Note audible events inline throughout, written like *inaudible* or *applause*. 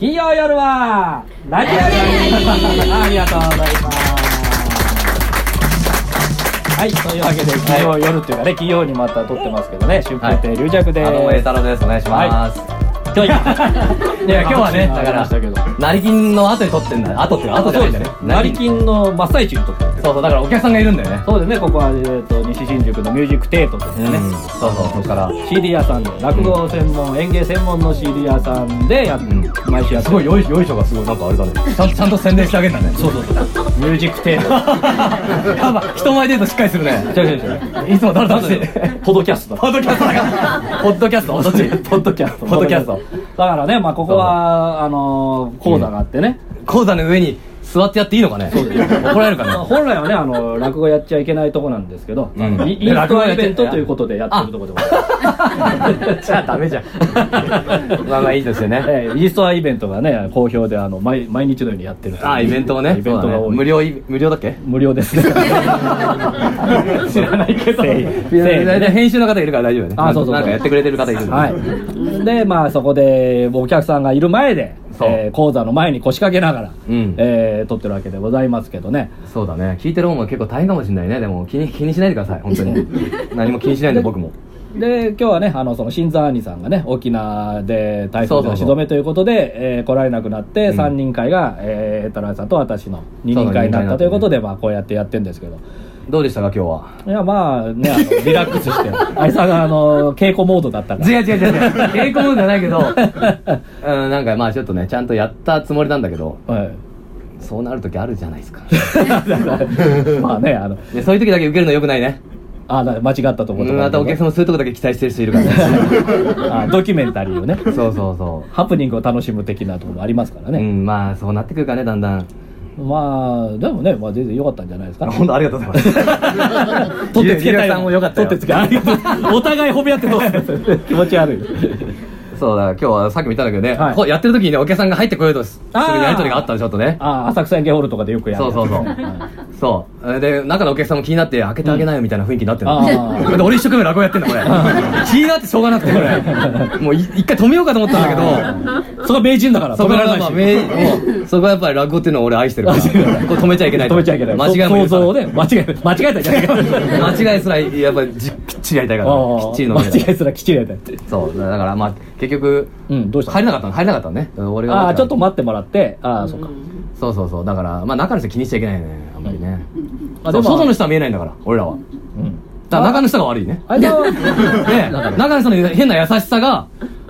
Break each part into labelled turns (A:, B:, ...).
A: 金曜夜はラジオ夜ありがとうございますはいというわけで金曜夜というかね金曜にまた撮ってますけどね春風亭龍尺です、
B: あの、栄太郎です。お願いします。
A: い *laughs* や今日はね
B: だから
A: だけど
B: 成金の後に撮ってんだ。後っていうか、後じゃないんだね。
A: 成。金の真っ最中に撮ってます
B: そうそう、だからお客さんがいるんだよね。
A: そうですねここは、えー、と西新宿のミュージックテートですね、
B: そうそう、そっから。
A: CD 屋さんで落語専門、園芸専門の CD 屋さんでやっ、
B: ん
A: 毎週やってる
B: すごい、よいしょ、よいしょがすごい、なんかあれだね。ちゃんちゃんと宣伝してあげるんだね。そうそうそう。
A: ミュージックテート
B: *laughs* やばい、人前で言うとしっかりするね。
A: 違う違う違
B: いつも誰だって。
A: ポッドキャストだ
B: ポッドキャストだから。ポッドキャスト、そっち。
A: ポッドキャスト
B: ポッドキャスト。
A: だからねまあここはあのー講座があってね、
B: 講座の上に座ってやっていいのかね。怒られるか
A: まあ
B: な。
A: 本来はねあの落語やっちゃいけないとこなんですけど、
B: うん
A: イインス
B: 落語
A: ト
B: や
A: イ
B: っちゃ
A: ベントということでやってるところでございます
B: じゃあダメじゃん。 *laughs* まあまあいいですよね。
A: *laughs* ええ、イーストアイベントがね好評であの毎毎日のようにやってるという
B: あ、イベントをね。
A: イベント
B: そうだ
A: が
B: ね
A: 多い
B: 無料イ、無料だっけ
A: 無料
B: *laughs*
A: ですね知らないけど
B: 編集の方いるから大丈夫ね。
A: あそうそうそう
B: なんかやってくれてる方いるんで
A: はいでまあそこでお客さんがいる前で、
B: そう
A: えー講座の前に腰掛けながら、
B: うん
A: えー撮ってるわけでございますけどね
B: そうだね。聞いてる方も結構大変かもしれないね。でも気に気にしないでください。本当 *laughs* に。何も気にしないんで僕も。
A: で今日はねあのその新座兄さんがね沖縄で台
B: そう
A: 風
B: そうそ
A: の
B: う
A: 足止めということでえー来られなくなって、
B: うん
A: 3人会が、えー、太郎さんと私の2人会になったということで、まあ、こうやってやってるんですけど
B: どうでしたか今日は。
A: いやまあねあのリラックスして *laughs* あいさんがあの稽古モードだった *laughs* から
B: 違う違う違う違う。稽古もじゃないけど、 *laughs* うん、なんかまあちょっとね、ちゃんとやったつもりなんだけど、
A: はい *laughs*
B: そうなる時あるじゃないですか。
A: まあねあの
B: でそういう時だけ受けるの良くないね。
A: あだ間違ったとこ
B: う
A: ろと
B: んまたお客様そういうとこだけ期待してる人いるから *laughs* ね。
A: あドキュメンタリーをね
B: そうそうそ
A: ハプニングを楽しむ的なところもありますから
B: う。う
A: ね、
B: ん、まあそうなってくるからね、だんだん。
A: まあでもね、まあ、全然良かったんじゃないですか
B: 本当ありがとうございます。取ってつけたい。さんも良かったよ。
A: 取ってつけありがとうお互い褒め合ってどう気持ち悪い
B: *laughs* そうだ、今日はさっきも言ったんだけどね、
A: はい
B: こうやってる時にね、お客さんが入ってこようとすする
A: あー
B: やりとりがあったの、ちょっとね。
A: あ浅草演芸ホールとかでよくやる
B: そうそうそう。そう。で、中のお客さんも気になって、開けてあげないよみたいな雰囲気になってる
A: あー
B: で、俺一生懸命落語やってんの、これ。気になってしょうがなくて、これ。もうい一回止めようかと思ったんだけど、
A: そこは名人だから
B: そ
A: 止
B: こ
A: め
B: は
A: られ
B: や
A: な
B: っ
A: いし
B: ぱめもうそこはやっぱり落語っていうのを俺愛してるから、これ止めちゃいけないと。
A: 止めちゃいけない
B: 間違いも
A: 想
B: 許さ
A: 像
B: な
A: を
B: い
A: ね間違え間違えたんじゃないか
B: 間違いすら、やっぱりじきっちりやりたいから、きっちりの。
A: 間違えすらきっちりやった
B: そう。だからまあ、結局、
A: うんどうした
B: 入れなかったの入れなかったのね。俺が。
A: ああちょっと待ってもらってああそうか
B: そうそうそうだからまあ中の人気にしちゃいけないよねあんまりね、
A: あ
B: そう
A: でも
B: 外の人は見えないんだから俺らは
A: うん
B: だから中の人が悪いね
A: あじゃ
B: ね中の人の変な優しさが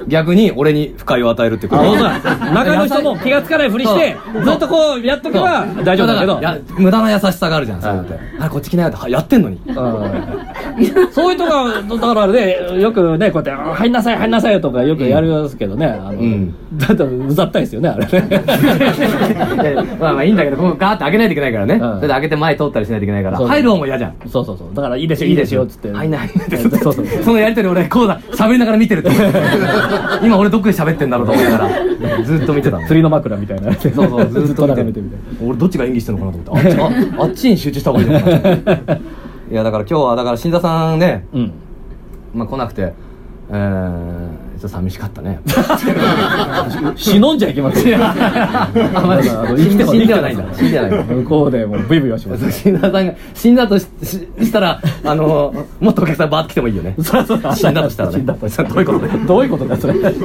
B: 逆に俺に不快を与えるってこと
A: そうだ
B: *laughs*
A: 中の人も気がつかないふりしてずっとこうやっとけば
B: そう
A: 大丈夫だけ
B: から
A: ど
B: や無駄な優しさがあるじゃんそうやってあこっち来なよってはやってんのに
A: うんそういうとこはだからあれねよくねこうやって「入んなさい入んなさい」とかよくやるんですけどねあの
B: うん
A: だってうざったいですよねあ
B: *laughs*
A: れね
B: まあまあいいんだけどこうガーって開けないといけないからね、
A: うん
B: それで開けて前通ったりしないといけないから
A: そう
B: 入る方も嫌じゃん
A: そうそうそうだから「いいですよいいですよ」っつって
B: 入んない入んない
A: そうそう
B: そのやりとり俺こうだ喋りながら見てるって *laughs* 今俺どこで喋ってんだろうと思いながらずっと見てたの
A: 釣りの枕みたいなそう
B: そうそう、ずっと見て
A: 眺
B: る
A: めてみたいな
B: 俺どっちが演技してんのかなと思って。あっち、ああっちに集中した方が *laughs* いいのかなと思って。いや、だから今日は、だから、新田さんね、
A: うん
B: まあ来なくて、えー、ちょっと寂しかったね。
A: 忍んじゃいけませんよ
B: まだ *laughs*
A: あの
B: 死んで
A: ます
B: 死んではないんだ死んではないんだ
A: 向こうでもうブイブイはします
B: 新田さんが、死んだとしししたら、あの、もっとお客さんバーって来てもいいよね。
A: そうそう
B: *laughs* 死んだとしたらね。
A: 死んだとしたら
B: どういうことだよ。
A: どういうことだよそれだか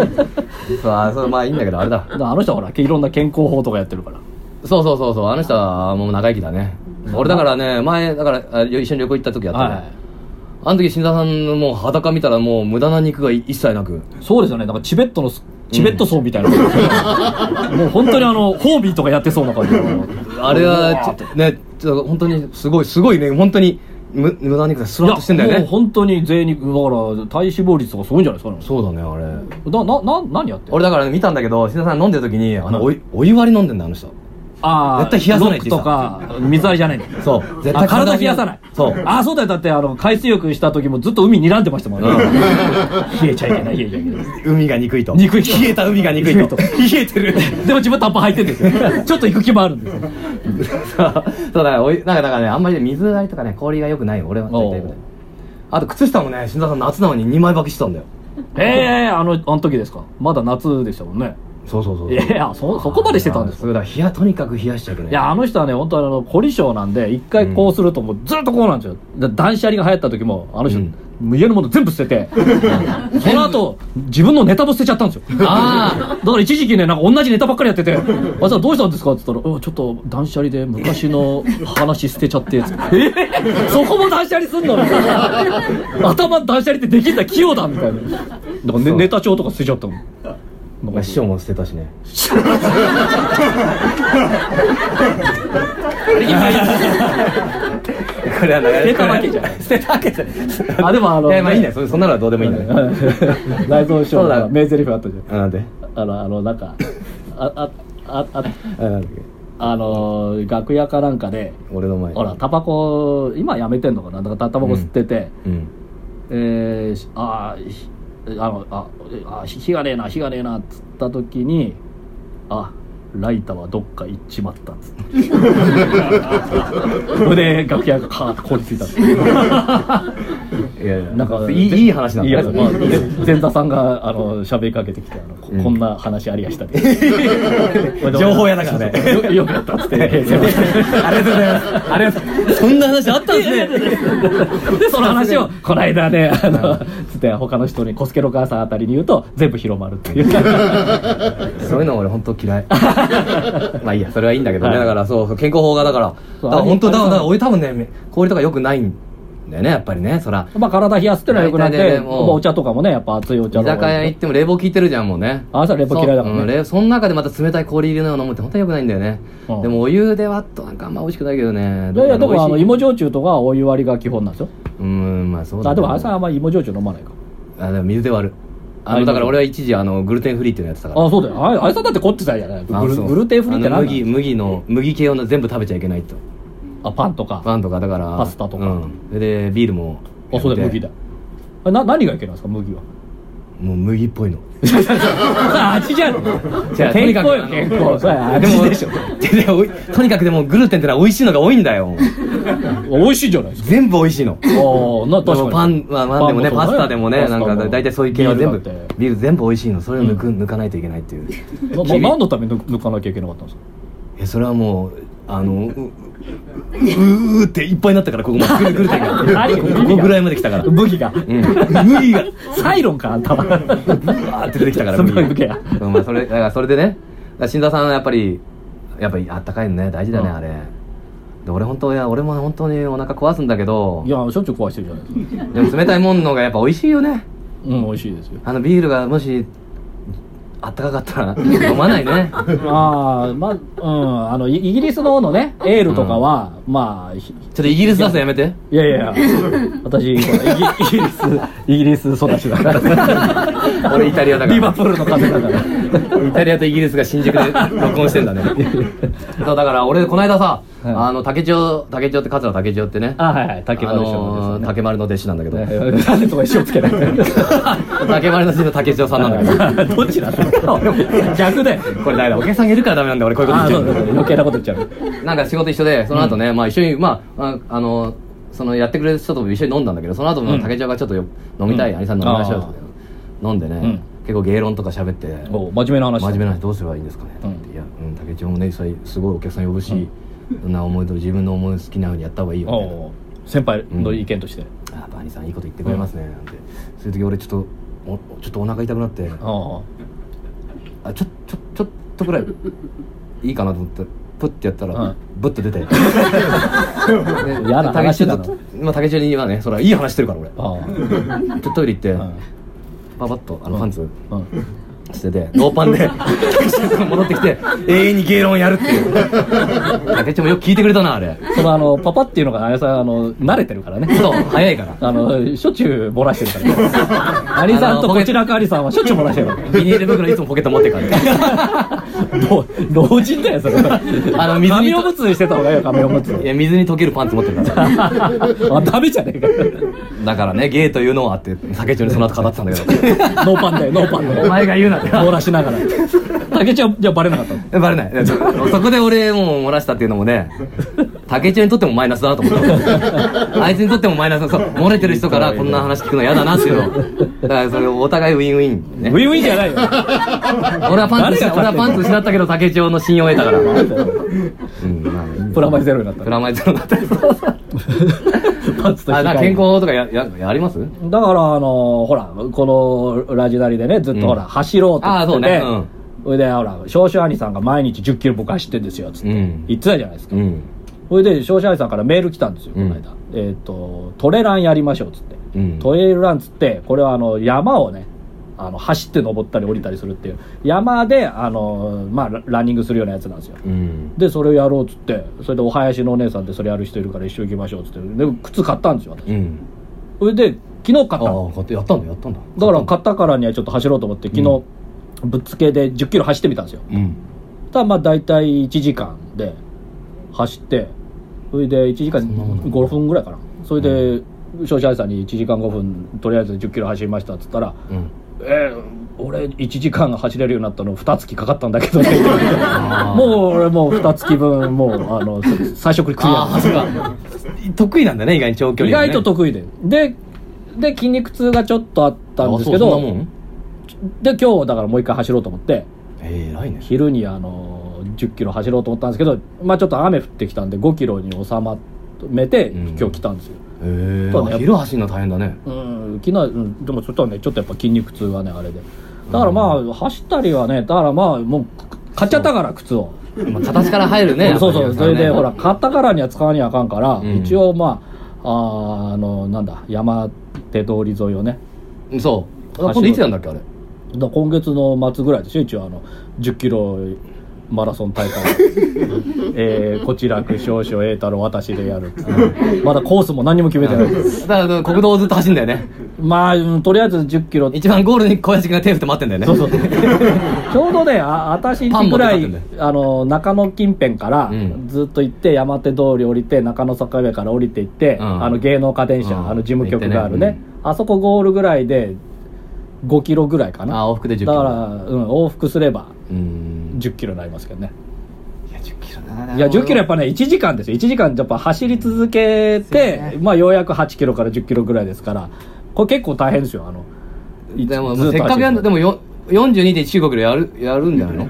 B: そうあーそう、まあいいんだけど、あれだ。
A: らあの人はほらいろんな健康法とかやってるから
B: そうそうそうそう、あの人はもう長生きだね。俺だからね、前、だから、あ一緒に旅行行った時やったね。
A: はい
B: あの時、新田さんのもう裸見たらもう無駄な肉が一切なく。
A: そうですよねなんかチベットのすチベット層みたい
B: *laughs*
A: な、もう本当にあのホービーとかやってそうな感じの
B: あれは、ちょね、ちょっと本当にすごい、すごいね、本当に無無駄な肉がスラッとしてんだよ
A: いやもう
B: ね。
A: 本当に贅肉だから体脂肪率とかすごいんじゃないですか
B: そうだね、あれ。
A: ねななな何やってんの
B: 俺だからね、見たんだけど、新田さん飲んでる時に、あの、お湯お湯割り飲んでんだよ、あの人。
A: ああ
B: 絶対冷やさないって
A: ロ
B: 言
A: ッ
B: って
A: クとか水割りじゃないんだ
B: そう。絶対
A: あ体冷やさない
B: そう。
A: ああそうだよだってあの海水浴した時もずっと海睨んでましたもんね、
B: うん
A: *laughs* 冷えちゃいけない冷えちゃいけない
B: 海が憎いと。
A: 憎い
B: 冷えた海が憎 *laughs* いと。冷えてる。
A: でも自分タッパー入ってるんですよちょっと行く気もあるんですよ
B: そうそうだからおい、なんかだからね、あんまりね水割りとかね、氷が良くないよ、俺は絶対良くない
A: おう。
B: あと、靴下もね、新田さん夏なのに2枚履きしてたんだよ。
A: ええあのあの時ですかまだ夏でしたもんね
B: そうそうそう
A: いやそそこまでしてたんです
B: それだ冷やとにかく冷やしちゃいけない
A: いやあの人はね本当あの凝り性なんで一回こうするともうずっとこうなんですよだ断捨離が流行った時もあの人、
B: うん
A: もう家のもの全部捨て
B: *laughs*
A: てその後自分のネタも捨てちゃったんですよあ *laughs* あだから一時期ねなんか同じネタばっかりやってて「わざどうしたんですか?」って言ったらうん「ちょっと断捨離で昔の話捨てち
B: *laughs*
A: ゃって」えーそこも断捨離すんのみたいな頭断捨離ってできんだ器用だみたいなだからね、
B: そう
A: ネタ帳とか捨てちゃったの
B: まあ師匠も捨てたしね
A: 捨て
B: *laughs* これは
A: たわけじゃない
B: 捨てたわけじゃない
A: あでもあの
B: いやまあいいんだよそれそんなのはどうでもいいんだよ
A: 内臓症
B: そう
A: の
B: だ
A: 名台詞あったじゃん
B: あなんで
A: あの、あの、なんか、あ、あ、あ、あ、
B: あなんだっけ
A: あのー、楽屋かなんかで、
B: 俺の前
A: ほら、タバコ、今やめてんのかなだからタバコ吸ってて、
B: うん
A: えーしあーひあの、あ、あ、ひ火がねえな、火がねえな、っつった時に、あ、ライターはどっか行っちまったっつ *laughs* って。それで楽屋がカーッと凍りついたっつって
B: いやいや
A: なんか
B: いいいい話なん
A: い
B: だ
A: いや
B: よ
A: つまあ前座さんがあの喋りかけてきてあのこ,、
B: うん
A: んな話ありやしたで
B: *laughs* 情報屋だからね
A: よよくやったっつって
B: *laughs* ありがとうございますありがとうございますそんな話あったんですね
A: で *laughs* その話をこの間ねあのつって他の人にコスケの母さんあたりに言うと全部広まるっていう
B: *laughs* そういうの俺本当
A: *laughs*
B: 嫌いまあいいやそれはいいんだけどね、
A: はい
B: だからそうそう健康法がだから
A: そう
B: だから本当
A: あれ
B: だからだから俺多分ねめ氷とかよくないんだよねやっぱりねそら
A: まあ体冷やすってのはよくなく
B: 大体
A: て、
B: ねもう
A: まあお茶とかもねやっぱ熱いお茶
B: 居
A: の方
B: 酒
A: が
B: 屋行っても冷房効いてるじゃんもうね
A: あそう冷房嫌いだからね
B: そううん冷その中でまた冷たい氷入れるのを飲むって本当によくないんだよね、
A: うん
B: でもお湯で割っとなんかあんま美味しくないけどね
A: いやいやでもあの
B: 美味しい
A: 芋焼酎とかはお湯割りが基本なんですよ
B: うんまあそうだ、
A: あ
B: ね、
A: でも朝あんまり芋焼酎飲まないか
B: あでも水で割るあ
A: あ
B: のだから俺は一時あのグルテンフリーっていうのやってたから
A: あそうだよああいつだってこってたじゃない
B: あ
A: グル
B: そう
A: グルテンフリーって
B: あの
A: 何
B: 麦麦の麦系を全部食べちゃいけないと
A: あパンとか
B: パンとかだから
A: パスタとか
B: うん、それでビールも
A: あそうだよ麦だあな何がいけないんですか麦
B: *laughs*
A: は
B: もう麦っぽいの
A: 味じゃん
B: じゃあ
A: 健康
B: とにか
A: よ
B: く
A: 健康それ
B: *laughs* で
A: 味
B: も
A: でしょ
B: ででおいとにかくでもグルテンってのは美味しいのが多いんだよ
A: 美味しいじゃないですか
B: 全部美味しいの
A: ああな確
B: で
A: か
B: も
A: に
B: パンはまあでもね
A: パ
B: パ
A: ンもそ
B: ス
A: うだね
B: タでもね
A: パスタ
B: なん
A: も
B: か大体そういう系は全部
A: ビールだって
B: ビール全部美味しいのそれを抜く抜かないといけないっていう
A: なな何のために抜かなきゃいけなかったんですか
B: えそれはもうあのううううっていっぱいになったからここまでグルグルテンが
A: 何
B: ここぐらいまで来たからうん
A: 麦が
B: 麦が
A: サイロンかあんたは
B: うわーって出てきたから
A: そんな
B: 麦が
A: わけや
B: うんまあそれだからそれでねだから新田さんはやっぱりやっぱりあったかいのね大事だね、
A: うん
B: あれで俺本当いや俺も本当にお腹壊すんだけど
A: いやしょっちゅう壊してるじゃないですか
B: でも冷たいものがやっぱ美味しいよね
A: うん美味しいですよ
B: あのビールがもしあったかかったら飲まないね
A: ああまあうんあのイイギリスの方のねエールとかはまあひ
B: ちょっとイギリス出すのやめて
A: いやいやいや私イギイギリスイギリス育ちだから
B: 俺イタリアだから
A: リバプールの風だから
B: イタリアとイギリスが新宿で録音してんだね *laughs* そうだから俺この間さ、
A: はい
B: あの竹千代竹千代って桂竹千代ってね
A: あはいはい竹
B: あ
A: 丸師匠ですよ
B: の
A: ね
B: 竹丸の弟子なんだけど、
A: なんでそこ一生つけない
B: 竹丸の弟子の竹千代さんなんだけ
A: のどっちだ逆だよ
B: ど *laughs* これ誰だお客さんがいるからダメなんだよ俺こういうこと
A: あ
B: 言っ
A: あ
B: ちゃ
A: そううそうそう余計なこと言っちゃう
B: なんか仕事一緒でその後ね、まあ一緒にまあああのそのやってくれる人とも一緒に飲んだんだけどその後も
A: うん
B: 竹千代がちょっとよ飲みたい、
A: うん
B: 兄さん飲みましょうって飲んでね、
A: ん
B: 結構芸論とか喋って
A: お真面目な話
B: 真面目な話どうすればいいんですかね、
A: うん
B: いや、うん、竹千代もねそれすごいお客さん呼ぶし、そんな思い通り自分の思い好きなようにやった方がいいよみたいな
A: お先輩の意見として、
B: あーバーニーさんいいこと言ってくれますね、なんてそういう時俺ちょっとおちょっとお腹痛くなって
A: あ
B: あちょちょちょっとぐらいいいかなと思ってプッてやったら、
A: うん
B: ブッと出てね
A: *laughs* 嫌な話だな
B: 竹内とまあ竹内にはねそれはいい話してるから俺
A: あああ
B: ちょっとトイレ行って、
A: ん
B: パパッとあのパンツ
A: うん
B: 捨ててノーパンで *laughs* 竹内さん戻ってきて永遠に芸論やるっていう竹内もよく聞いてくれたなあれ
A: そのあのパパっていうのがあれさあの慣れてるからね
B: そう早いから
A: あのしょっちゅう漏らしてるからねアリさんとこちらかアリさんはしょっちゅう漏らしてるから
B: ビニール袋いつもポケット持ってるから
A: 老老人だよそれあ
B: の
A: の
B: 水に
A: 紙おむつにしてた方がいいよ紙おむつ
B: *laughs* いや水に溶けるパンツ持ってるから
A: あダメじゃねえか
B: だからね、ゲイというのはって、竹内にその後語ってたんだけど。
A: ノーパンだよノーパンだよ
B: お前が言うな
A: 漏らしながら竹ちゃんじゃあバレなかったの
B: *laughs* バレないそそこで俺もう漏らしたっていうのもね竹内にとってもマイナスだなと思ったあいつにとってもマイナスだそう漏れてる人からこんな話聞くの嫌だなっていうのだからそれお互いウィンウィン、ね、
A: ウィンウィンじゃないよ
B: 俺はパンツ
A: 誰が
B: 俺はパンツ失ったけど竹内の信用を得たからうんま
A: プラマイゼロになっ
B: あ
A: た
B: プラマイゼロだったり
A: パンツと引き換え
B: あなんか健康とかやややります
A: だからあのほらこのラジナリでねずっとほら、
B: うん
A: 走ろうと
B: あ
A: 言
B: ーそ
A: っ
B: う
A: てて
B: ねうん
A: それでほら少子兄さんが毎日1 0キロ僕走ってんですよつって、
B: うん
A: 言ってたじゃないですか、
B: うん
A: それで少子兄さんからメール来たんですよこ
B: うん
A: の間、えっ、とトレランやりましょうっつって、
B: うん
A: トレランっつってこれはあの山をねあの走って登ったり降りたりするっていう山であのまあラランニングするようなやつなんですよ
B: うん
A: でそれをやろうっつってそれでお囃子のお姉さんでそれやる人いるから一緒に行きましょうっつってで靴買ったんですよ私
B: うん
A: それで昨日
B: あ
A: 買ったの
B: あ買ってやったんだやったんだ
A: だから買ったからにはちょっと走ろうと思って昨日ぶっつけで1 0キロ走ってみたんですよ
B: うん
A: ただまあ大体1時間で走ってそれで1時間
B: んなもんなんだ
A: 5分ぐらいかなそれで少子愛さんに1時間5分とりあえず1 0キロ走りましたっつったら「
B: うん
A: えー俺1時間走れるようになったの2月かかったんだけど」って言って
B: あー
A: もう俺もう2月分もうあの最初クリア
B: ああそっか得意なんだね意外に長距
A: 意
B: 離、ね、
A: 外と得意ででで筋肉痛がちょっとあったんですけ
B: あそうそんなも
A: ど
B: ん
A: で今日だからもう一回走ろうと思って
B: ええ偉いね
A: 昼にあの1 0キロ走ろうと思ったんですけど、まあ、ちょっと雨降ってきたんで5キロに収まめて
B: うん
A: 今日来たんですよ、
B: へえ
A: そうね
B: あ昼走るの大変だね
A: うん、昨日うんでもちょっとねちょっとやっぱ筋肉痛がねあれでだからまあ走ったりはねだからまあもう買っちゃったから靴を、
B: まあ形から入るね
A: そうそ
B: やっ
A: う
B: ぱ
A: そ
B: り
A: れ
B: ね
A: でほら買ったからには使わにはあかんから、
B: うん
A: 一応まああーあのなんだ山手通り沿いをね
B: うんそうあ今度いつなんだっ *laughs* けあれ
A: だから今月の末ぐらいでしょ一応あの1 0キロマラソン大
B: *laughs*
A: 会えー、こちらく少々栄太郎私でやるまだコースも何にも決めてない
B: だから国道をずっと走るんだよね
A: まあ、うんとりあえず1 0キロ
B: 一番ゴールに小林君が手振って待ってんだよね
A: そうそう
B: *laughs*
A: ちょうどねあ私んちぐらい
B: パンも出たって
A: あの中野近辺から
B: うん
A: ずっと行って、山手通り降りて中野坂上から降りて行って、
B: うん
A: あの芸能家電車、
B: う
A: あ
B: ん
A: の事務局があるね
B: 行ってね
A: あそこゴールぐらいで5キロぐらいかな
B: あ往復で10キロ
A: だから、うん、往復すれば
B: うーん
A: 1 0キロになりますけどね
B: いや10キロだない
A: や1 0キロやっぱね1時間ですよ1時間やっぱ走り続けて、まあようやく8キロから1 0キロぐらいですからこれ結構大変ですよあの
B: でも
A: ず
B: せっかくや
A: 走
B: んだでもよ42.195キロやるやるんじゃないの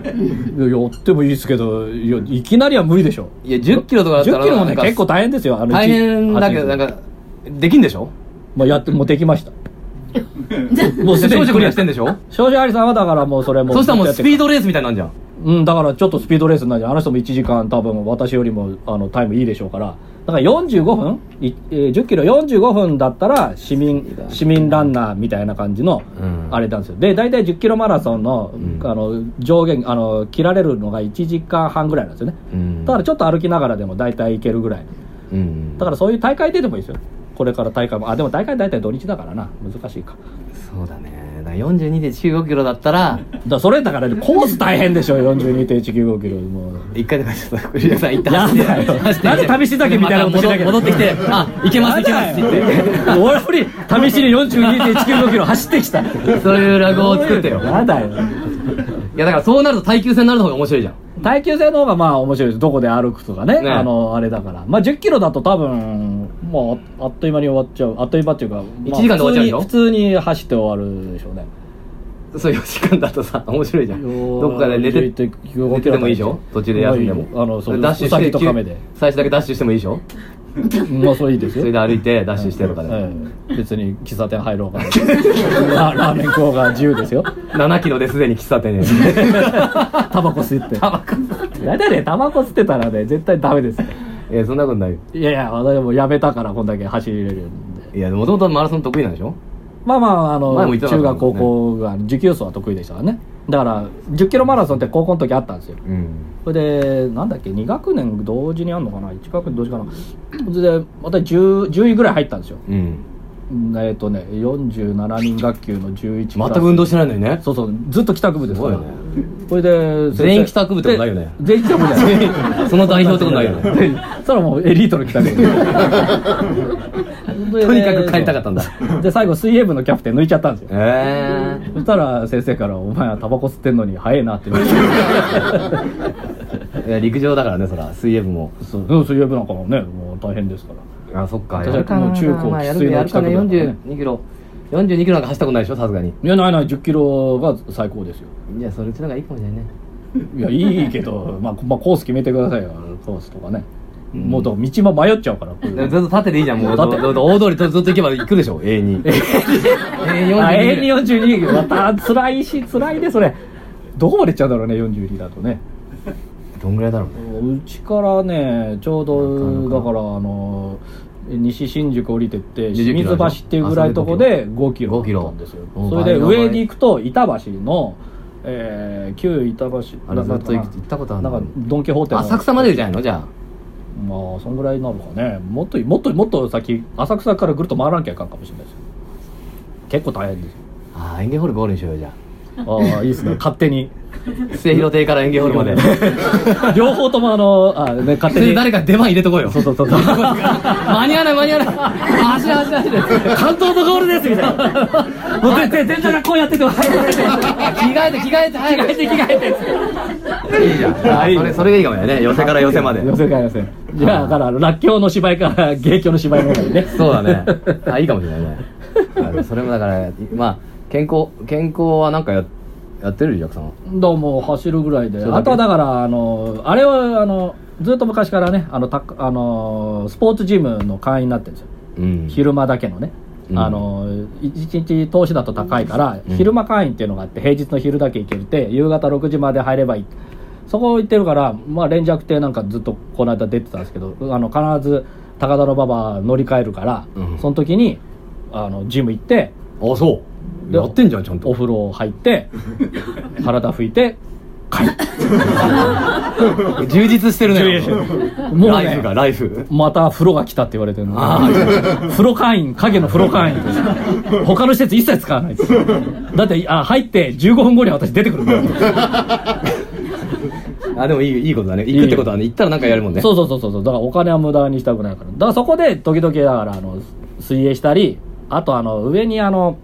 A: いややってもいいですけどいやいきなりは無理でしょ
B: いや10キロとかだったら
A: 10キロも
B: な
A: ね
B: んか
A: 結構大変ですよあの
B: 大変だけどなん
A: か、
B: かできんでしょ
A: まあ、やってもうできました
B: *laughs*
A: もうすでに
B: 少々
A: ク
B: ク
A: リ
B: リ
A: ア
B: ア
A: し
B: してて
A: ん
B: ん
A: で
B: でしょ
A: 庄司ありさんはだからもうそれも
B: そしたらもうスピ
A: ー
B: ードレースみたいになんじゃん
A: うんだからちょっとスピードレースになるじゃんあの人も1時間多分私よりもあのタイムいいでしょうからだから45分いえー10キロ45分だったら市民市民ランナーみたいな感じの
B: うん
A: あれなんですよで大体10キロマラソンの,、
B: ん
A: あの上限あの切られるのが1時間半ぐらいなんですよね、
B: うん
A: だからちょっと歩きながらでも大体いけるぐらい
B: うん
A: だからそういう大会出てもいいですよこれから大会もあでも大会大体土日だからな難しいか
B: そうだねだから42.195キロだったら
A: だからそれだからコース大変でしょ42.195キロもう
B: 一回だからちょっと栗田さん一旦
A: や
B: 走って
A: だよ
B: 走って
A: なんで旅してたっけみたいなことしな
B: ま
A: きゃ
B: た戻戻ってき
A: *laughs*
B: てあいけますいけますって言って
A: 俺より試しに42.195キロ走ってきた
B: そういうラグを作ってよいや
A: やだよ
B: だからそうなると耐久戦になるのが面白いじゃん
A: 耐久性の方がまあ面白いですどこで歩くとかね
B: ね
A: あのあれだからまあ1 0キロだと多分もうああっという間に終わっちゃうあっという間っていうか、まあ
B: 一時間で終わっちゃうよ
A: 普通に普通に走って終わるでし *laughs* ょうね
B: そう4時間だとさ面白いじゃんどっかで寝て
A: 11.95
B: 寝ててもいいでしょ途中で休んでも
A: まあいいよあのそう
B: ダッシュし
A: うさぎ
B: て
A: と亀で
B: 最初だけダッシュしてもいいでしょ
A: まあそれいいです
B: そ
A: よ
B: れで歩いてダッシュしてとかで
A: はい別に喫茶店入ろうがララーメン食おうが自由ですよ
B: 7キロですでに喫茶店に
A: *laughs* タバコ吸ってタバコ大体ねタバコ吸ってたらね絶対ダメです
B: えそんなことないよ
A: いやいや私もやめたからこんだけ走れるんで
B: いやもともとマラソン得意なんでしょ
A: まあまああの、
B: 前も言ってな
A: 中
B: かったもん
A: 学高
B: ね
A: 校が持久走は得意でしたからねだから1 0キロマラソンって高校の時あったんですよ
B: うん
A: それでなんだっけ2学年同時にあんのかな1学年同時かなそれで私 10, 10位ぐらい入ったんですよ
B: うん
A: うんえっ、とね47人学級の11クラ
B: 全
A: ス
B: く運動してないのにね
A: そうそうずっと帰宅部ですから
B: すごいね
A: これで
B: 全員帰宅部ってことないよね
A: で全員帰宅部じゃない
B: その代表ってことないよね
A: で *laughs* それはもうエリートの帰宅
B: *laughs*
A: 部
B: とにかく帰りたかったんだ
A: で最後水泳部のキャプテン抜いちゃったんですよ
B: え
A: そしたら先生から「お前はタバコ吸ってんのに早えな」って言われて
B: えいや陸上だからねそら水泳部 *laughs* も
A: そうでも水泳部なんかもねもう大変ですから
B: あそっか
A: 私はもう中高
B: まあやる
A: 喫水の
B: やる
A: 近
B: かな
A: くだからね
B: 42キロ42キロなんか走ったことないでしょさすがに
A: いやないない1 0キロが最高ですよ
B: いやそれうちの方がいいかもしれないね
A: いやいいけ
B: *laughs*
A: ど、まあ、まあコース決めてくださいよコースとかね、もうだから道も迷っちゃうからこういう
B: でもずっと立ってでいいじゃんもう
A: 立って
B: どど大通りとずっと行けば行くでしょ永遠に永遠
A: あ永遠
B: に
A: に42また辛いし辛いねそれどこまで行っちゃうんだろうね42だとね
B: どんぐらいだろうね
A: うちからねちょうどだからあの西新宿降りてって
B: 20
A: 清
B: キ
A: 水
B: ロ
A: 橋っていうぐらいのとこで5キロ
B: 5キロ
A: だったんですよ
B: お
A: それで
B: 倍だ
A: 上に行くと板橋の、えー旧板橋
B: あれず
A: な
B: っ
A: んだ
B: と行ったことある
A: な
B: の
A: なんかドン・キホーテの
B: 浅草までじゃないのじゃ
A: まあそんぐらいなのかねもっともっともっと先浅草からぐるっと回らなきゃいかんかもしれないですよ結構大変
B: *laughs*
A: ですよ
B: ああー園芸ホールゴールにしようよじゃ
A: ああいいですね勝手
B: *laughs*
A: に
B: あ末広亭から園芸ホール *laughs* まで
A: 両方ともあのあ、ね、勝
B: そ
A: 手
B: れ
A: に
B: で誰か出番入れとこうよ
A: そうそうそう
B: 間に合わない間に合わない走れ走れ走れ
A: 関東のゴールですみたいなもう全然全然がこうやってて早く
B: 着替えて着替えて
A: 着
B: 早
A: 替
B: く
A: えて着替えてっつって
B: いいじゃんあーそれそれがいいかもね寄せから寄せまで
A: 寄せ替え寄せじゃあだからあのらっきょうの芝居から芸協の芝居の方がいいね
B: そうだ *laughs* ね。あ、いいかもしれないね。あのそれもだから、まあ、健康、健康はなんかや、やってるリラクさんは。
A: どうも走るぐらいで
B: そうだね
A: あとはだからあのあれはあのずっと昔からねあのたあのスポーツジムの会員になってるんですよ
B: うん。
A: 昼間だけのね、
B: うん
A: あの1日投資だと高いから、
B: うん
A: 昼間会員っていうのがあって平日の昼だけ行けるって夕方6時まで入ればいいそこ行ってるから、まあ、連弱亭なんかずっとこの間出てたんですけどあの必ず高田の馬場乗り換えるから、
B: うん
A: その時にあのジム行って
B: あ、そう。
A: で
B: やってんじゃん、ちゃん
A: お
B: と。
A: 風呂入
B: *laughs*
A: って体拭いて帰る
B: 充実して
A: *laughs*
B: るね。
A: もう
B: ライ
A: ね
B: フが、ライフ。
A: また風呂が来たって言われてるの
B: あ
A: 風呂会員影の風呂会員です他の施設一切使わないですだってあ入って15分後には私出てくるんだよ
B: あ、でもいい、いいことだね。行くってことはね、行ったらなんかやるもんね。
A: そうそうそうそうそうだからお金は無駄にしたくないからだからそこで時々だからあの水泳したりあとあの上にあの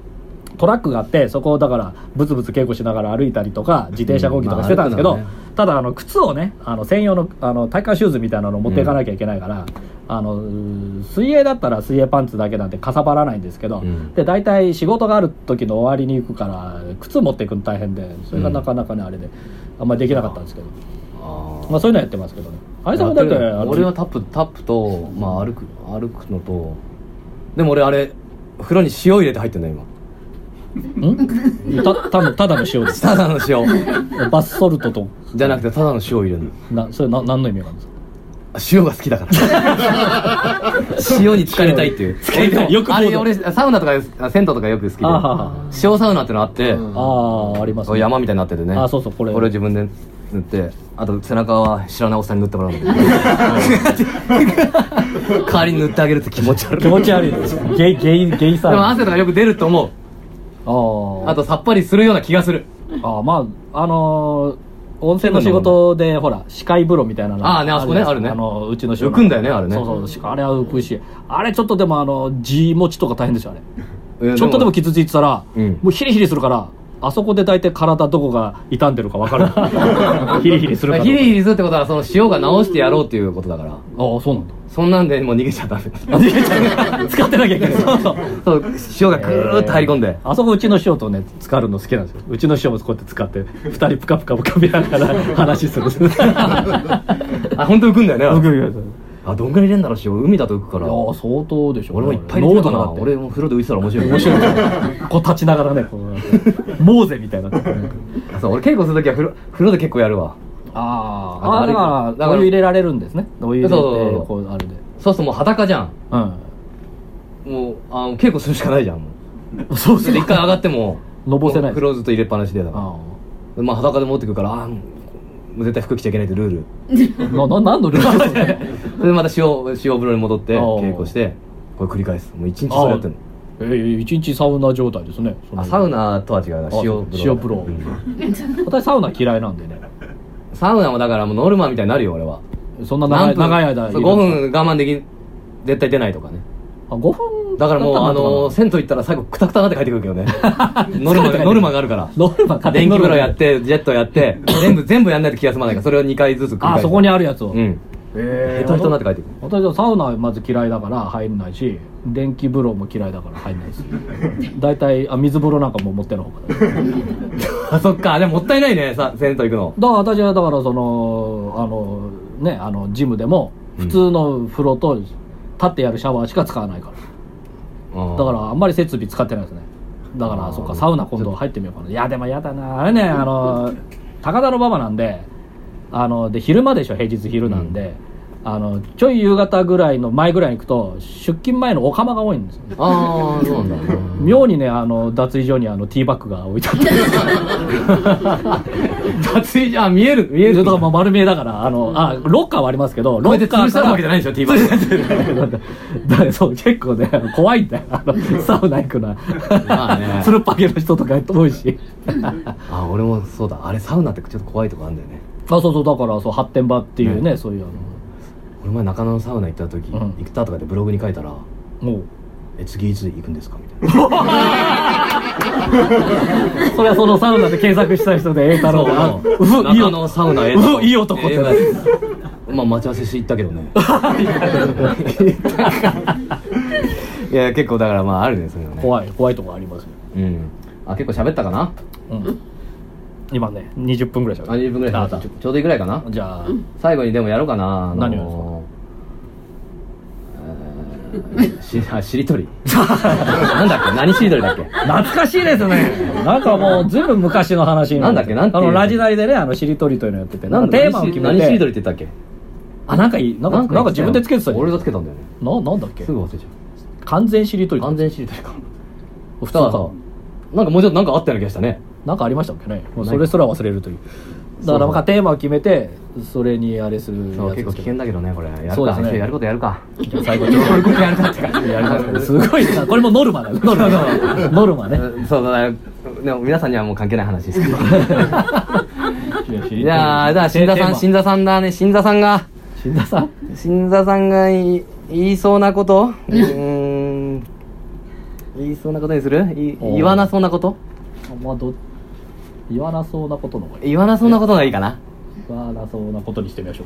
A: トラックがあってそこをだからブツブツ稽古しながら歩いたりとか自転車こぎとかしてたんですけど、
B: うんまあ歩くの
A: ただあの靴をねあの専用のあの体幹シューズみたいなのを持っていかなきゃいけないから、あのうー水泳だったら水泳パンツだけなんてかさばらないんですけど、
B: うん
A: で大体仕事がある時の終わりに行くから靴持っていくの大変でそれがなかなかねあれであんまりできなかったんですけど、
B: あ
A: まあ、そういうのやってますけどねあれさんもだって
B: やる
A: あの
B: 俺はタップ、タップと、まあ、歩く、歩くのと。でも俺、あれ、風呂に塩入れて入ってんだよ、今。
A: んたただただの塩です
B: ただの塩。 *laughs*
A: バスソルトと
B: じゃなくて、ただの塩入れるの。
A: なそれな何の意味があるんですか
B: 塩が好きだから塩に疲れたいって *laughs* いう
A: 疲れたいよく
B: あ
A: そう
B: れ
A: だ
B: 俺サウナとか銭湯とかよく好きで
A: あはは
B: 塩サウナってのあって、
A: あああります
B: そう山みたいになっててね
A: あそうそうこれ
B: これを自分で塗ってあと背中は知らないおっさんに塗ってもらうんだけど *laughs* 代わりに塗ってあげるって気持ち悪い
A: 気
B: で
A: 持ち悪いですゲイゲイゲイさ
B: も汗とかよく出ると思う
A: あ
B: あとさっぱりするような気がする
A: ああまああのー温泉の仕事でほら視界風呂みたいなの
B: ああねあそこねあるね
A: あのうちの仕事
B: 浮くんだよねあれね
A: そうそうしあれは浮くしあれちょっとでもあの地持ちとか大変ですよあれ
B: ちょ
A: ちょっとでも傷ついてたら、
B: うん
A: もうヒリヒリするからあそこで大体体どこが傷んでるか分
B: *laughs*
A: かるヒリヒリするから
B: ヒリヒリするってことはその塩が直してやろうっていうことだから
A: ああそうなんだ
B: そんなんでもう逃げちゃダメ
A: あ逃げちゃ
B: *laughs*
A: う使ってなきゃいけないそうそう
B: そう塩がぐーっと入り込んで、
A: あそこうちの師匠とね使うの好きなんですようちの師匠もこうやって使って二人プカプカプカ見ながら話するんです
B: あ本当浮くんだよね
A: い
B: あどんぐらい入れんだろう塩海だと浮くから
A: やー相当でしょ
B: 俺もいっぱい入
A: 濃
B: れてた
A: 度
B: か
A: が
B: ら
A: あって
B: 俺も風呂で浮いてたら面白い
A: 面白いこう立ちながらねこうモーゼみたいな
B: あそう俺稽古するときは風呂風呂で結構やるわ
A: あ
B: あ
A: ああだ
B: あ
A: か
B: れ
A: らお湯入れられるんですねお湯入れて
B: そうそうそう
A: こうあれで
B: そうするともう裸じゃん
A: う
B: もうあ稽古するしかないじゃんも
A: んそう
B: うそれで一回上がっても
A: *laughs* のぼせない
B: もう風呂ずっと入れっぱなしでだか
A: あ
B: らまあ裸で持ってくるからあーもう絶対服着ちゃいけないってルール
A: あなな何のルールですか
B: それでまた塩塩風呂に戻って
A: あー
B: 稽古してこれ繰り返すもう一日それやってんの
A: えー、一日サウナ状態ですねその
B: あサウナとは違うな
A: あ
B: 塩風呂
A: 塩風呂
B: うん
A: 私サウナ嫌いなんでね
B: サウナもだからもうノルマみたいになるよ俺は
A: そんな長い長い間いる
B: 5分我慢でき絶対出ないとかね
A: あ5分
B: だからもうあの
A: だっ
B: 銭湯行ったら最後クタクタになって帰ってくるけ
A: *laughs*
B: どねノル
A: 疲れて帰ってく
B: マが
A: る
B: ノルマがあるから
A: ノルマ勝手に
B: 電気
A: ノル
B: 風
A: マ
B: 呂やってジェットやって全部全部やんないと気が済まないからそれを2回ずつ繰り
A: たの
B: 返
A: あ
B: す
A: そこにあるやつを、
B: うん
A: え
B: ヘトヘトになって帰ってくる
A: 私はサウナはまず嫌いだから入んないし電気風呂も嫌いだから入んないし大体あ水風呂なんかもう持ってのほうがだだか
B: あそっかでももったいないねさ銭湯行く
A: ら
B: の
A: 私はだからそのあのねあのジムでも普通の風呂と立ってやるシャワーしか使わないから、
B: うん
A: だからあんまり設備使ってないですねだから
B: あー
A: そっかサウナ今度入ってみようかないやでもやだなあれねあ
B: *laughs*
A: の高田の馬場なんであので昼間でしょ平日昼なんで、あのちょい夕方ぐらいの前ぐらいに行くと出勤前のお釜が多いんですよね
B: ああそうなんだ
A: 妙にねあの脱衣所にあのティーバッグが置いてあって
B: *laughs* 脱衣じゃ見える見
A: 家
B: え
A: の
B: る
A: とかも丸見えだからあのあロッカーはありますけどロ
B: これで
A: ッカ
B: 潰
A: ー
B: したわけじゃないでしょ T バー
A: だからそう結構ね怖いんだよあのサウナ行くの
B: まあね
A: はつるっぱげの人とか多いし
B: *laughs* あ俺もそうだあれサウナってちょっと怖いとこあんだよね
A: あそうそうだからそう発展場っていうねそういうあ
B: 俺前中野のサウナ行った時、
A: うん
B: 行ったとかでブログに書いたら
A: のもう
B: 「え次いつ行くんですか?」みたいな
A: それはそのサウナで検索した人で栄太郎が「うふいい
B: 中
A: よ
B: 野」サウナへ
A: うふいい男って
B: えーまあ待ち合わせして行ったけどね *laughs* いや結構だからまああるねそういうのねい、
A: 怖い怖いとこありますよ、
B: うん、あ結構喋ったかな
A: うん、今ね20分ぐらいしゃ
B: あ20分ぐらい喋ったちょちょうどいいぐらいかな
A: じゃあ
B: 最後にでもやろうかな、あのー
A: 何を
B: えーしあしりとり *laughs* なんだっけ何しりとりだっけ
A: 懐かしいですね *laughs* なんかもうずいぶん昔の話にる
B: なんだっけなんて
A: あ
B: いう
A: のラジナリでねあのしりとりというのやっててなんか
B: だ
A: テーマを決め
B: 何
A: て
B: しりとりって言ったっけ
A: あなんかいいなんかなんか自分でつけてたよ
B: 俺がつけたんだよね
A: ななんだっけ
B: すぐ忘れちゃ
A: 完全しりと
B: う
A: り
B: 完全しりとりか
A: 普通
B: だからさ
A: か
B: なんかもうちょっとなんかあったような気がしたね
A: なんかありましたっけねもう
B: ない
A: それすら忘れるというだからなんかテーマを決めてそれにあれする
B: そう
A: やつ
B: 結構危険だけどねこれやるか
A: そうですね
B: 一緒やることやるか
A: じゃあ最後ちょっと
B: やる *laughs* ことやるかってか
A: やりますすごいなこれもノルマだよノルマノルマね
B: *laughs* そうだねでも皆さんにはもう関係ない話ですけ *laughs* どい
A: い
B: やーじゃあ新座さん新座さんだね新座さんが
A: 新田さん
B: 新座さんがい言いそうな *laughs* ことうーん言いそうなことにするい
A: おー
B: 言わなそうなこと
A: あんまど言わなそうなことの方がいい
B: 言わなそうなことがいいかな
A: 言わなそうなことにしてみましょ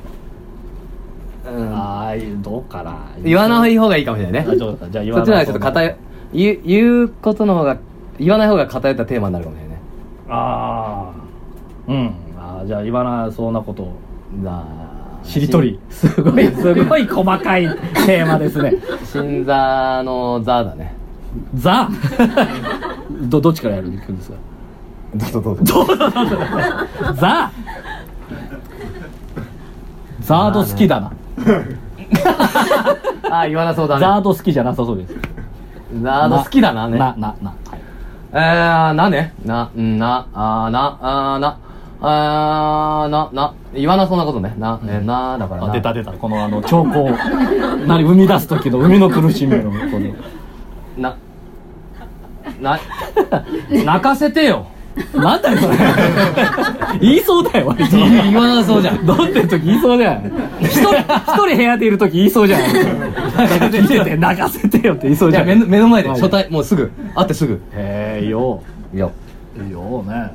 A: うか
B: うん
A: あーどうかな
B: 言わない方がいいかもしれない
A: あ
B: ね
A: そうだじゃあ言
B: そ
A: わ
B: っちの方
A: な
B: が
A: い
B: ちょっと偏言う言うことの方が言わない方が偏ったテーマになるかもしれないね
A: ああうんあーじゃあ言わなそうなこと
B: なあ
A: しりとりすごいすごい細かいテーマですね
B: し新座の座だね
A: ザど *laughs* どっちからやるんですか
B: どうぞどうぞ
A: ザザード好きだな、
B: あ言わなそうだね
A: ザード好きじゃなさそうです
B: ザーの好きだなね
A: ななな、はい
B: えー、なね。な、んな、あーな、あーな、あーな、な、言わなそうなことね。な、えーな、だから
A: あ
B: な。
A: 出た出たこのあの兆候何生み出す時の生みの苦しみのこ *laughs* の
B: な、な、泣かせてよ。
A: なんだよ *laughs* それ言いそうだよ割と
B: *laughs* 言わなそうじゃん。
A: 飲んでる時言いそうじゃん一人一人部屋でいる時言いそうじゃん聞いてて泣かせてよって言いそう
B: い
A: じゃ
B: や、
A: ん
B: 目の目の前で、
A: はい
B: 初対、もうすぐ、会ってすぐ。
A: へえよ
B: いや、
A: うようね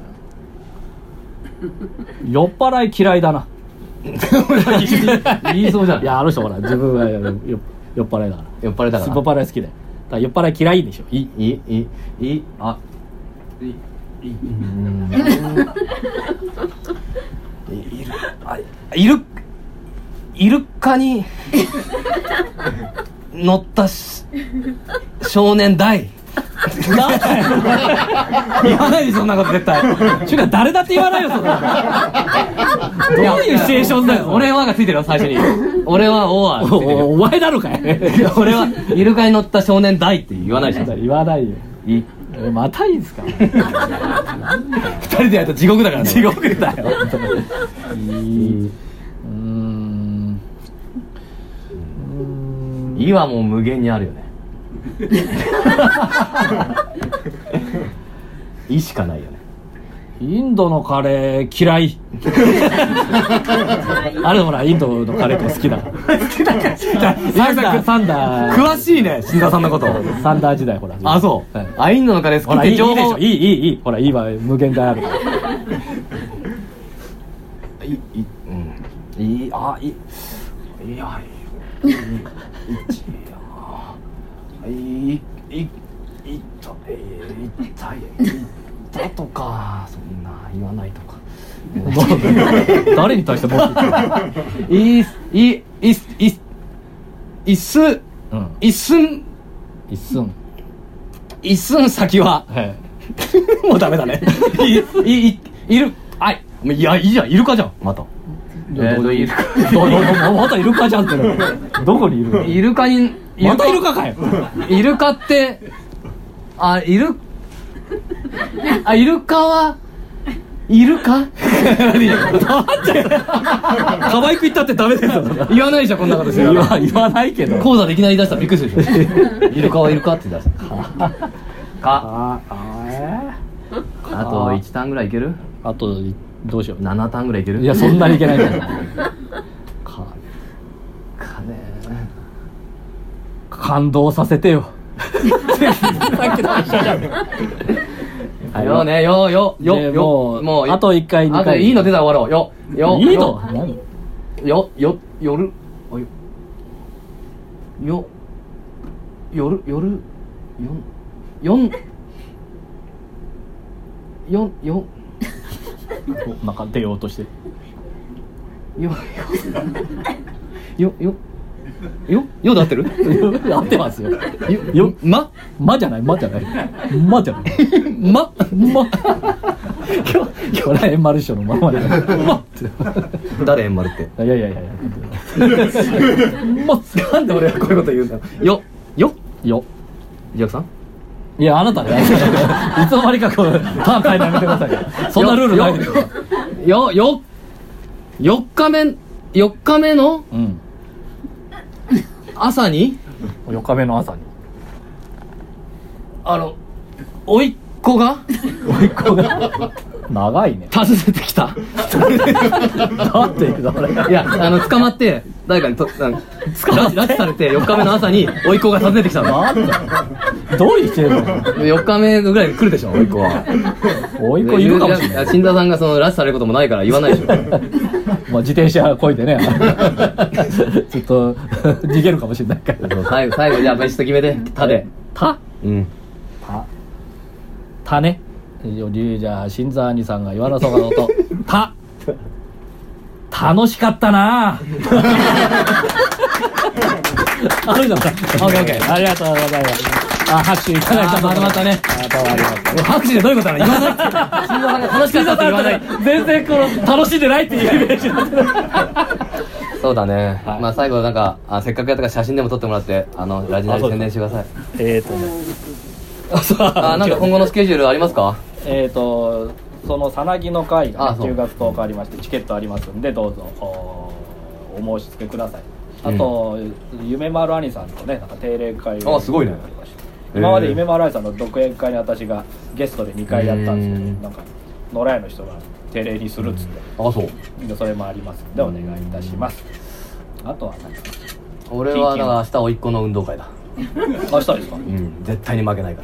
A: 酔っ払い嫌いだ
B: *laughs*
A: な
B: 言いそうじゃん。
A: いやあの人ほら自分はよよ酔っ払いだから
B: 酔っ払いだか
A: 酔
B: ら
A: っ。払い好きだよだから酔っ払い嫌いでしょ
B: い、い、い、い、あ、い、い、うーんいいる、あ、いる、イルカに乗ったし少年大。 *laughs*
A: なんだよ
B: 言わないでそんなこと絶対。
A: ちゅうか誰だって言わないよそんなどういうシチュエーションだよ
B: 俺はがついてるよ、最初に。俺は、おはがついてる
A: お
B: よ。
A: お前なのかい
B: 俺は、イルカに乗った少年大って言わないでしょ。
A: 言わないよ
B: い
A: えまたいいですか
B: 二人でやると地獄だからね。
A: 地獄だよ本当にうーん
B: *laughs* いはもう無限にあるよね。いしかないよね
A: インドのカレー嫌いあれほらインドのカレーとか好きだサンダーサンダー
B: 詳しいね新田さんのこと
A: サンダー時代ほら
B: あそう、
A: はい
B: あインドのカレー
A: ほ
B: 好きっ
A: らいいい
B: て
A: いでし
B: 情報
A: ょいいいいいいほらいいわ無限大ある
B: いいうんいいあいいいやいいいいいいいいたいたいたとかそんな言わないとか
A: 誰に対しても
B: いいいいいいいいす
A: うん
B: いすん
A: 一寸
B: いすん先は
A: はい
B: もうダメだねいいいいるあいいやいいじゃんイルカじゃんまたえーとイルカ
A: どどどまたイルカじゃんってのどこにいるの
B: イルカに
A: またイルカかよ
B: イルカってあイルあイルカはイルカ
A: 可愛く言ったってダメですよ
B: 言わないじゃんこんなことして
A: 言わ言わないけど
B: 講座でいきなり出したらびっくりするでしょイルカはイルカって出したか
A: ああ
B: あと1ターンぐらいいける
A: あとどうしよう
B: 7ターンぐらいいける
A: いやそんなにいけないじゃんか
B: かね
A: 感動させてよ
B: よねよよよ
A: ね
B: よ
A: もうあと一回二回
B: あといいの出たら終わろうよよ
A: いいの
B: よよ夜あよよ夜夜よんよんよ
A: おなんか出ようとしてる
B: んよよよよよよで合ってる
A: 合ってますよ
B: よよま
A: まじゃないまじゃないまじゃないま
B: ま
A: 今日今日は円丸師匠のままでま
B: 誰円丸って
A: いやいやいやいやま
B: なんで俺がこういうこと言うんだろうよよ
A: よ
B: ジャクさん
A: いやあなたねいつの間にかこうターン変えないでくださいよそんなルールないですよ
B: よよよ4日目4日目の
A: うん
B: 朝に
A: 4日目の朝に
B: あの甥いっ子が
A: 甥っ子が長いね
B: 訪ねてきた
A: なっていくだこれ
B: いやあの捕まって誰かにとあの拉致拉致されて4日目の朝に甥いっ子が訪ねてきたの
A: なんだよどういうしてるの
B: 4日目ぐらいに来るでしょ甥いっ子は
A: 甥っ子いるかもしれない
B: や死んださんがその拉致されることもないから言わないでしょ *laughs*
A: まあ自転車こいでね *laughs* ちょっと逃げるかもしれないから
B: 最後最後じゃあ飯と決めて「た」で
A: た
B: 「うん
A: たたねよりじゃあ新沢兄さんが言わなそうかのと *laughs* た楽しかった *laughs* なあありがとうございます
B: OKOK
A: ありがとうございますあ拍手いただいた
B: あーまとまったね
A: あどうもありがとうございます」
B: 拍手でどういうことなの言わない死んださんが楽しかったって言わない
A: 全然この楽しんでないっていうイメージなん
B: そうだね、
A: はい
B: まあ最後なんかあせっかくやったから写真でも撮ってもらってあのラジナ
A: あ
B: ル
A: そう
B: 宣伝してください
A: えっとねあそう
B: あなんか *laughs* 今後のスケジュールありますか
A: えっとそのさなぎの会が、
B: あ
A: ね、
B: そう
A: 10月10日ありましてチケットありますんでどうぞおお申し付けくださいあと、夢丸兄さんとねなんか定例会を
B: あすごいね
A: りました
B: へー
A: 今まで夢丸兄さんの独演会に私がゲストで2回やったんですけど
B: うん
A: なんか野良屋の人が定例にするっつって、
B: あそう
A: それもありますんでお願いいたしますあとは何か
B: 俺はだから明日甥っ子の運動会だ
A: 明日
B: *laughs*
A: ですか
B: うん絶対に負けないか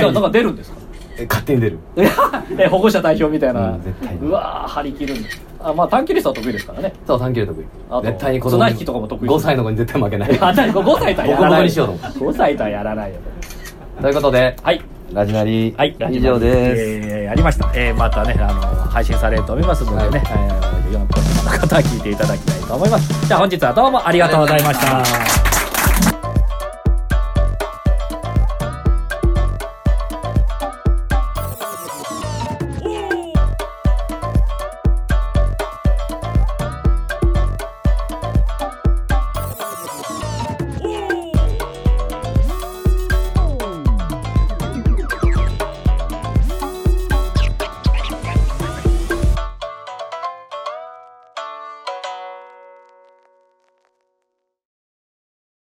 B: ら
A: なんか出るんですか
B: え勝手に出る
A: *laughs* え保護者代表みたいな、
B: うん絶対に
A: うわー張り切るんですあまあ短距離走は得意ですからね *laughs*
B: そう短距離得意
A: あと
B: 絶対に
A: 綱引きとかも得意
B: 5歳の子に絶対負けない
A: *laughs* あじゃあ5歳とはやら
B: ボコボ
A: な
B: コ
A: い
B: にしようと思
A: 5歳とはやらないよ
B: ということで
A: はい
B: ラジナリ
A: はい
B: 以上です
A: す、えーやりました、えーまたねあの配信されると思いますのでね、えー、4分の方は聞いていただきたいと思いますじゃあ本日はどうもありがとうございました、